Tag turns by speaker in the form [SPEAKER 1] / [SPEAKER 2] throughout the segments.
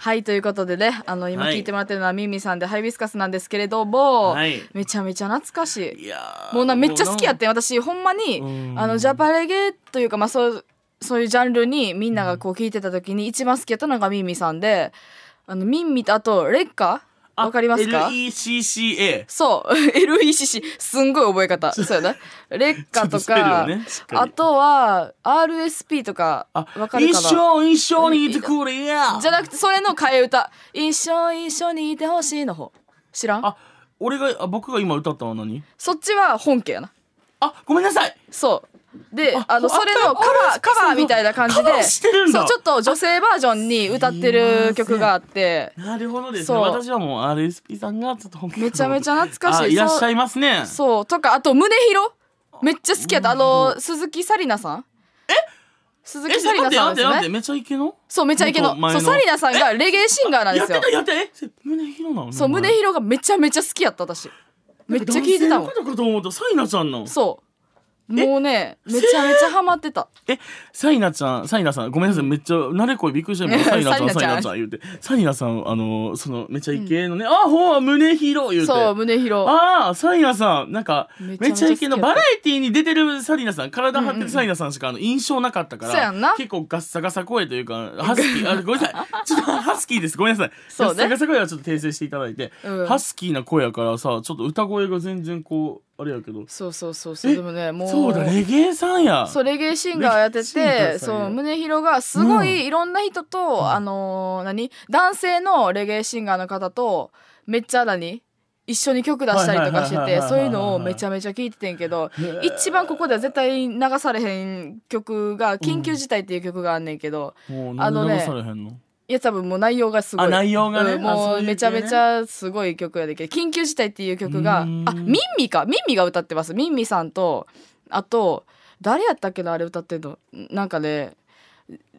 [SPEAKER 1] はいということでねあの今
[SPEAKER 2] はい
[SPEAKER 1] 聞いてもらってるのはミンミンさんでハイビスカスなんですけれども、
[SPEAKER 2] はい
[SPEAKER 1] めちゃめちゃ懐かしい
[SPEAKER 2] いやー
[SPEAKER 1] もうなめっちゃ好きやっ
[SPEAKER 2] も
[SPEAKER 1] てん私ほんまに
[SPEAKER 2] うん
[SPEAKER 1] あのジャパレゲというかまあそうそういうジャンルにみんながこう聞いてた時に一番好きやったのがミンミさんであのミンミとあとレッカ
[SPEAKER 2] うな
[SPEAKER 1] わかりますか
[SPEAKER 2] あ ?LECCA。
[SPEAKER 1] そう LECC すんごい覚え方そうやなレッカと
[SPEAKER 2] ちょっ
[SPEAKER 1] か
[SPEAKER 2] スペルをねしっかり
[SPEAKER 1] あとは RSP とか
[SPEAKER 2] あ
[SPEAKER 1] わかるか
[SPEAKER 2] 一
[SPEAKER 1] な
[SPEAKER 2] 生一緒にいてくれや
[SPEAKER 1] じゃなくてそれの替え歌「一生一緒にいてほしい」の方知らん
[SPEAKER 2] あ俺があ僕が今歌ったのは何
[SPEAKER 1] そっちは本家やな
[SPEAKER 2] あごめんなさい
[SPEAKER 1] そうで
[SPEAKER 2] あ
[SPEAKER 1] あの
[SPEAKER 2] あ
[SPEAKER 1] それの
[SPEAKER 2] あ
[SPEAKER 1] カバーカバーみたいな感じで
[SPEAKER 2] カバーしてるんだ
[SPEAKER 1] そうちょっと女性バージョンに歌ってる曲があって
[SPEAKER 2] なるほどです
[SPEAKER 1] そ
[SPEAKER 2] ね
[SPEAKER 1] う
[SPEAKER 2] 私はもう RSP さんがちょっと本気
[SPEAKER 1] めちゃめちゃ懐か
[SPEAKER 2] あ
[SPEAKER 1] しい
[SPEAKER 2] いらっしゃ
[SPEAKER 1] い
[SPEAKER 2] いますね
[SPEAKER 1] そうとかあと宗広めっちゃ好きやったあの鈴木紗理奈さんえ鈴
[SPEAKER 2] え
[SPEAKER 1] 木紗理
[SPEAKER 2] 待
[SPEAKER 1] 奈
[SPEAKER 2] って
[SPEAKER 1] さん
[SPEAKER 2] 待
[SPEAKER 1] で
[SPEAKER 2] って
[SPEAKER 1] す
[SPEAKER 2] 待っ
[SPEAKER 1] よ
[SPEAKER 2] て
[SPEAKER 1] ね
[SPEAKER 2] めっちゃイケの
[SPEAKER 1] そうめちゃイケ
[SPEAKER 2] も
[SPEAKER 1] の
[SPEAKER 2] っと
[SPEAKER 1] そ
[SPEAKER 2] 前の
[SPEAKER 1] う紗理奈さんがレゲエシンガーなんで
[SPEAKER 2] やっ
[SPEAKER 1] す
[SPEAKER 2] て
[SPEAKER 1] よ
[SPEAKER 2] たやってたえ胸広なの
[SPEAKER 1] そう宗広がめちゃめちゃ好きやった私めっちゃ聞いてたもん
[SPEAKER 2] 男性の方かと思ったサイナちゃんの
[SPEAKER 1] そうもうねめちゃめちゃハマってた
[SPEAKER 2] えサイナちゃんサイナさんごめんなさいめっちゃ慣れ声びっくりした今サイナちゃんサ
[SPEAKER 1] サ
[SPEAKER 2] イ
[SPEAKER 1] イ
[SPEAKER 2] ナ
[SPEAKER 1] ナ
[SPEAKER 2] ち
[SPEAKER 1] ち
[SPEAKER 2] ゃ
[SPEAKER 1] ゃ
[SPEAKER 2] ん言うてサイナさんあのそのめちゃイケのねあほう胸広言うて
[SPEAKER 1] そう宗広
[SPEAKER 2] ああ、サリナさん、なんか、
[SPEAKER 1] めちゃ
[SPEAKER 2] め
[SPEAKER 1] め
[SPEAKER 2] ち
[SPEAKER 1] ち
[SPEAKER 2] ゃ
[SPEAKER 1] ゃ
[SPEAKER 2] イケの
[SPEAKER 1] 好きや
[SPEAKER 2] バ
[SPEAKER 1] った
[SPEAKER 2] ラエティーに出てるサリナさん、体張ってるサリナさんしかあの印象なかったから、
[SPEAKER 1] そうやんな
[SPEAKER 2] 結構ガッサガサ声というか、ハスキー、あごめんなさ い、ちょっとハスキーです、ごめんなさい。
[SPEAKER 1] そうね
[SPEAKER 2] ガッサガサ声はちょっと訂正していただいて、
[SPEAKER 1] うん
[SPEAKER 2] ハスキーな声やからさ、ちょっと歌声が全然こう、あれやけど、
[SPEAKER 1] そうそうそうそうでもねもう
[SPEAKER 2] そうだ、レゲエさんや。
[SPEAKER 1] そうレゲエシンガーやって
[SPEAKER 2] レゲエシンガーさんや
[SPEAKER 1] てそう宗広がすご
[SPEAKER 2] う
[SPEAKER 1] いいろんな人と、あのー何男性のレゲエシンガーの方とめっちゃ何一緒に曲出したりとかして
[SPEAKER 2] はいはいはいは
[SPEAKER 1] て
[SPEAKER 2] いはい
[SPEAKER 1] そういうのをめちゃめちゃ聞いててんけど
[SPEAKER 2] ー
[SPEAKER 1] 一番ここでは絶対流されへん曲が「緊急事態」っていう曲があんねんけど、
[SPEAKER 2] もう、
[SPEAKER 1] あのね
[SPEAKER 2] 流されへんの。
[SPEAKER 1] いや多分もう内容がすごい
[SPEAKER 2] あ、内容がね、
[SPEAKER 1] うん
[SPEAKER 2] あ
[SPEAKER 1] もうめちゃめち、
[SPEAKER 2] そ
[SPEAKER 1] ゃすごい曲やでけど「緊急事態」っていう曲が
[SPEAKER 2] う
[SPEAKER 1] あ
[SPEAKER 2] ー
[SPEAKER 1] ミ
[SPEAKER 2] ん
[SPEAKER 1] ンミかミンミが歌ってますミンミさんとあと誰やったっけなあれ歌ってんのなんかね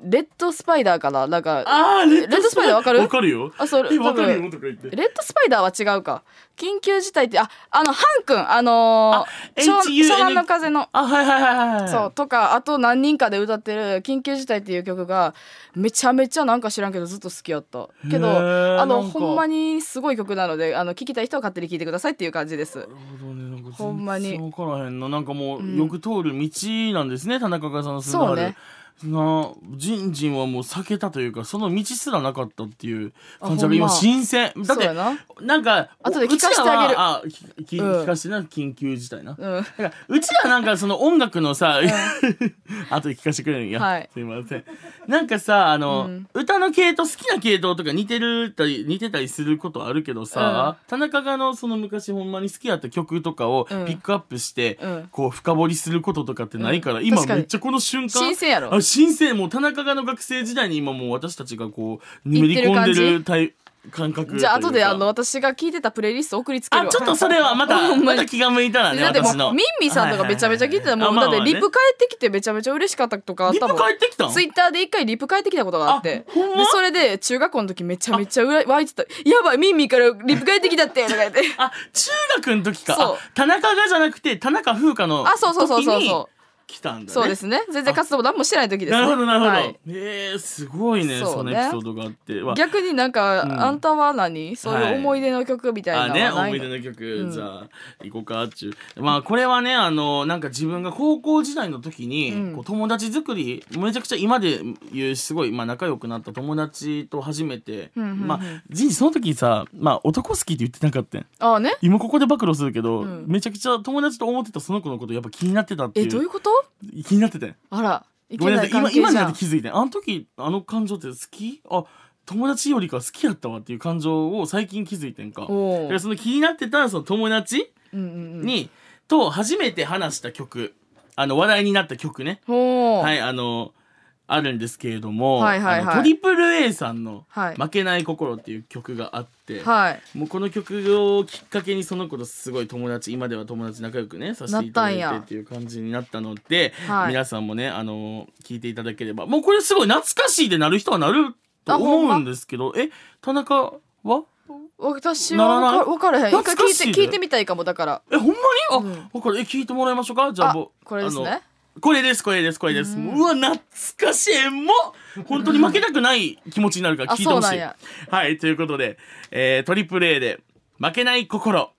[SPEAKER 1] レッドスパイダーかななんか
[SPEAKER 2] あいう系ねあー、
[SPEAKER 1] レ
[SPEAKER 2] レ
[SPEAKER 1] ッドスパイダーわかる
[SPEAKER 2] わかるよ。
[SPEAKER 1] あそれ
[SPEAKER 2] え、
[SPEAKER 1] 多
[SPEAKER 2] わかる
[SPEAKER 1] 分
[SPEAKER 2] よとか言って。
[SPEAKER 1] レッドスパイダーは違うか緊急事態ってああのハン君あのー、
[SPEAKER 2] あ
[SPEAKER 1] 湘
[SPEAKER 2] HUNK
[SPEAKER 1] 湘南の風の
[SPEAKER 2] あ、はいはいはいはいはい。
[SPEAKER 1] そうとかあと何人かで歌ってる「緊急事態」っていう曲がめちゃめちゃなんか知らんけどずっと好きやったけ
[SPEAKER 2] へー
[SPEAKER 1] どあの
[SPEAKER 2] なんか
[SPEAKER 1] ほんまにすごい曲なのであの聴きたい人は勝手に聴いてくださいっていう感じです
[SPEAKER 2] なるほどね、なんか
[SPEAKER 1] ほんまに
[SPEAKER 2] 全然分からへんななんかもう、
[SPEAKER 1] うん
[SPEAKER 2] よく通る道なんですね田中さんの住んであ
[SPEAKER 1] そ
[SPEAKER 2] る
[SPEAKER 1] うね
[SPEAKER 2] なジンジンはもう避けたというかその道すらなかったっていう感じ
[SPEAKER 1] あほ
[SPEAKER 2] が
[SPEAKER 1] んま
[SPEAKER 2] 今新鮮だっ
[SPEAKER 1] そう
[SPEAKER 2] て
[SPEAKER 1] やな
[SPEAKER 2] なんかお
[SPEAKER 1] 後で聞かせてあげる
[SPEAKER 2] うちらはあきき
[SPEAKER 1] うん
[SPEAKER 2] 聞かせてな緊急事態な、だ
[SPEAKER 1] うん
[SPEAKER 2] からうちらなんかその音楽のさ、 後で聞かせてくれるんや、
[SPEAKER 1] はい
[SPEAKER 2] すいませんなんかさあの、
[SPEAKER 1] うん
[SPEAKER 2] 歌の系統好きな系統とか似てるたり似てたりすることあるけどさ、田中があのその昔ほんまに好きやった曲とかをピ
[SPEAKER 1] うん
[SPEAKER 2] ックアップして、
[SPEAKER 1] うん
[SPEAKER 2] こう深掘りすることとかってないから、
[SPEAKER 1] うん
[SPEAKER 2] 今
[SPEAKER 1] 確かに
[SPEAKER 2] めっちゃこの瞬間
[SPEAKER 1] 新鮮やろ
[SPEAKER 2] あ新鮮もう田中がの学生時代に今もう私たちがこうぬめり
[SPEAKER 1] 言
[SPEAKER 2] 込
[SPEAKER 1] っ
[SPEAKER 2] ん
[SPEAKER 1] てる感じ
[SPEAKER 2] でる体感覚というか
[SPEAKER 1] じゃあ後であの私が聴いてたプレイリスト送りつける
[SPEAKER 2] あ
[SPEAKER 1] わ
[SPEAKER 2] ちょっとそれはまた
[SPEAKER 1] ほんま
[SPEAKER 2] ま
[SPEAKER 1] に
[SPEAKER 2] た気が向いたらね
[SPEAKER 1] だっても
[SPEAKER 2] 私
[SPEAKER 1] う
[SPEAKER 2] の
[SPEAKER 1] ミンミさんとかめちゃめちゃ聴いてたもんだってリプ
[SPEAKER 2] リ
[SPEAKER 1] 帰ってきてめちゃめちゃ嬉しかったとかあっ
[SPEAKER 2] リ
[SPEAKER 1] た
[SPEAKER 2] プ
[SPEAKER 1] もん
[SPEAKER 2] 帰ってきたん
[SPEAKER 1] ツイッターで一回リプ返ってきたことがあって
[SPEAKER 2] あほんま
[SPEAKER 1] でそれで中学校の時めちゃめちゃうら湧いてた「やばいミンミからリプ返ってきたって」とか言 って
[SPEAKER 2] あ中学の時か
[SPEAKER 1] そう
[SPEAKER 2] あ田中がじゃなくて田中風花の
[SPEAKER 1] あそうそうそうそう
[SPEAKER 2] 時に
[SPEAKER 1] そう
[SPEAKER 2] 来たんだね
[SPEAKER 1] そうですね全然活動も何もしてない時です、ね、
[SPEAKER 2] なるほどなるほど、
[SPEAKER 1] はい
[SPEAKER 2] えー、すごいねそ
[SPEAKER 1] そう
[SPEAKER 2] の
[SPEAKER 1] ね
[SPEAKER 2] エピソードがあってわ
[SPEAKER 1] 逆になんか、
[SPEAKER 2] ん
[SPEAKER 1] あんたは何そういう思い出の曲みたいな
[SPEAKER 2] あ
[SPEAKER 1] の
[SPEAKER 2] ね
[SPEAKER 1] はな
[SPEAKER 2] 思
[SPEAKER 1] い
[SPEAKER 2] い
[SPEAKER 1] の、
[SPEAKER 2] 出の曲、じゃあ行こうかっちゅうまあこれはねあのなんか自分が高校時代の時に、
[SPEAKER 1] うん
[SPEAKER 2] こう友達作りめちゃくちゃ今で言うすごい、まあ、仲良くなった友達と初めて、
[SPEAKER 1] うんうんうん
[SPEAKER 2] まあジンジその時さ、まあ、男好きって言ってなかったん
[SPEAKER 1] ああね
[SPEAKER 2] 今ここで暴露するけど、
[SPEAKER 1] うん
[SPEAKER 2] めちゃくちゃ友達と思ってたその子のことやっぱ気になってたってい
[SPEAKER 1] え
[SPEAKER 2] う
[SPEAKER 1] どういうこと
[SPEAKER 2] 気になってて
[SPEAKER 1] あらい
[SPEAKER 2] ごめ
[SPEAKER 1] け
[SPEAKER 2] んな
[SPEAKER 1] な
[SPEAKER 2] さ
[SPEAKER 1] い関係
[SPEAKER 2] い今
[SPEAKER 1] じゃ
[SPEAKER 2] 今
[SPEAKER 1] ん
[SPEAKER 2] になって気づいてあの時あの感情って好きあ友達よりか好きやったわっていう感情を最近気づいてんかだ
[SPEAKER 1] お
[SPEAKER 2] から
[SPEAKER 1] う
[SPEAKER 2] その気になってたその友達
[SPEAKER 1] うんうんうん
[SPEAKER 2] に、と初めて話した曲あの話題になった曲ね
[SPEAKER 1] ほう
[SPEAKER 2] はいあのあるんですけれども、
[SPEAKER 1] はいはいはい
[SPEAKER 2] あのトリプル a さんの
[SPEAKER 1] はい
[SPEAKER 2] 「負けない心」っていう曲があって、
[SPEAKER 1] はい
[SPEAKER 2] もうこの曲をきっかけにその子とすごい友達今では友達仲良くねさせていただい
[SPEAKER 1] なったん
[SPEAKER 2] て
[SPEAKER 1] や
[SPEAKER 2] っていう感じになったので、
[SPEAKER 1] はい
[SPEAKER 2] 皆さんもねあの聞いていただければもうこれすごい懐かしいでなる人はなると
[SPEAKER 1] あほん
[SPEAKER 2] 思
[SPEAKER 1] ま
[SPEAKER 2] うんですけどえ田中は
[SPEAKER 1] 私
[SPEAKER 2] な
[SPEAKER 1] は
[SPEAKER 2] らな
[SPEAKER 1] 分
[SPEAKER 2] い
[SPEAKER 1] か分からへん一
[SPEAKER 2] 懐
[SPEAKER 1] 回
[SPEAKER 2] か
[SPEAKER 1] 聞
[SPEAKER 2] しい
[SPEAKER 1] い
[SPEAKER 2] ね
[SPEAKER 1] て聞いてみたいかもだから
[SPEAKER 2] えほんまにあ、
[SPEAKER 1] うん
[SPEAKER 2] わかるえ聞いてもらいましょうかじゃあ
[SPEAKER 1] あ
[SPEAKER 2] ぼ
[SPEAKER 1] これです
[SPEAKER 2] あの
[SPEAKER 1] ね
[SPEAKER 2] これですこれですこれです、
[SPEAKER 1] う
[SPEAKER 2] うんわ懐かしいもう本当に負けたくない気持ちになるから
[SPEAKER 1] あ
[SPEAKER 2] 聞いて
[SPEAKER 1] そう
[SPEAKER 2] ほ
[SPEAKER 1] な
[SPEAKER 2] し
[SPEAKER 1] ん
[SPEAKER 2] い
[SPEAKER 1] や
[SPEAKER 2] はいということで、えートリプル A で「負けない心」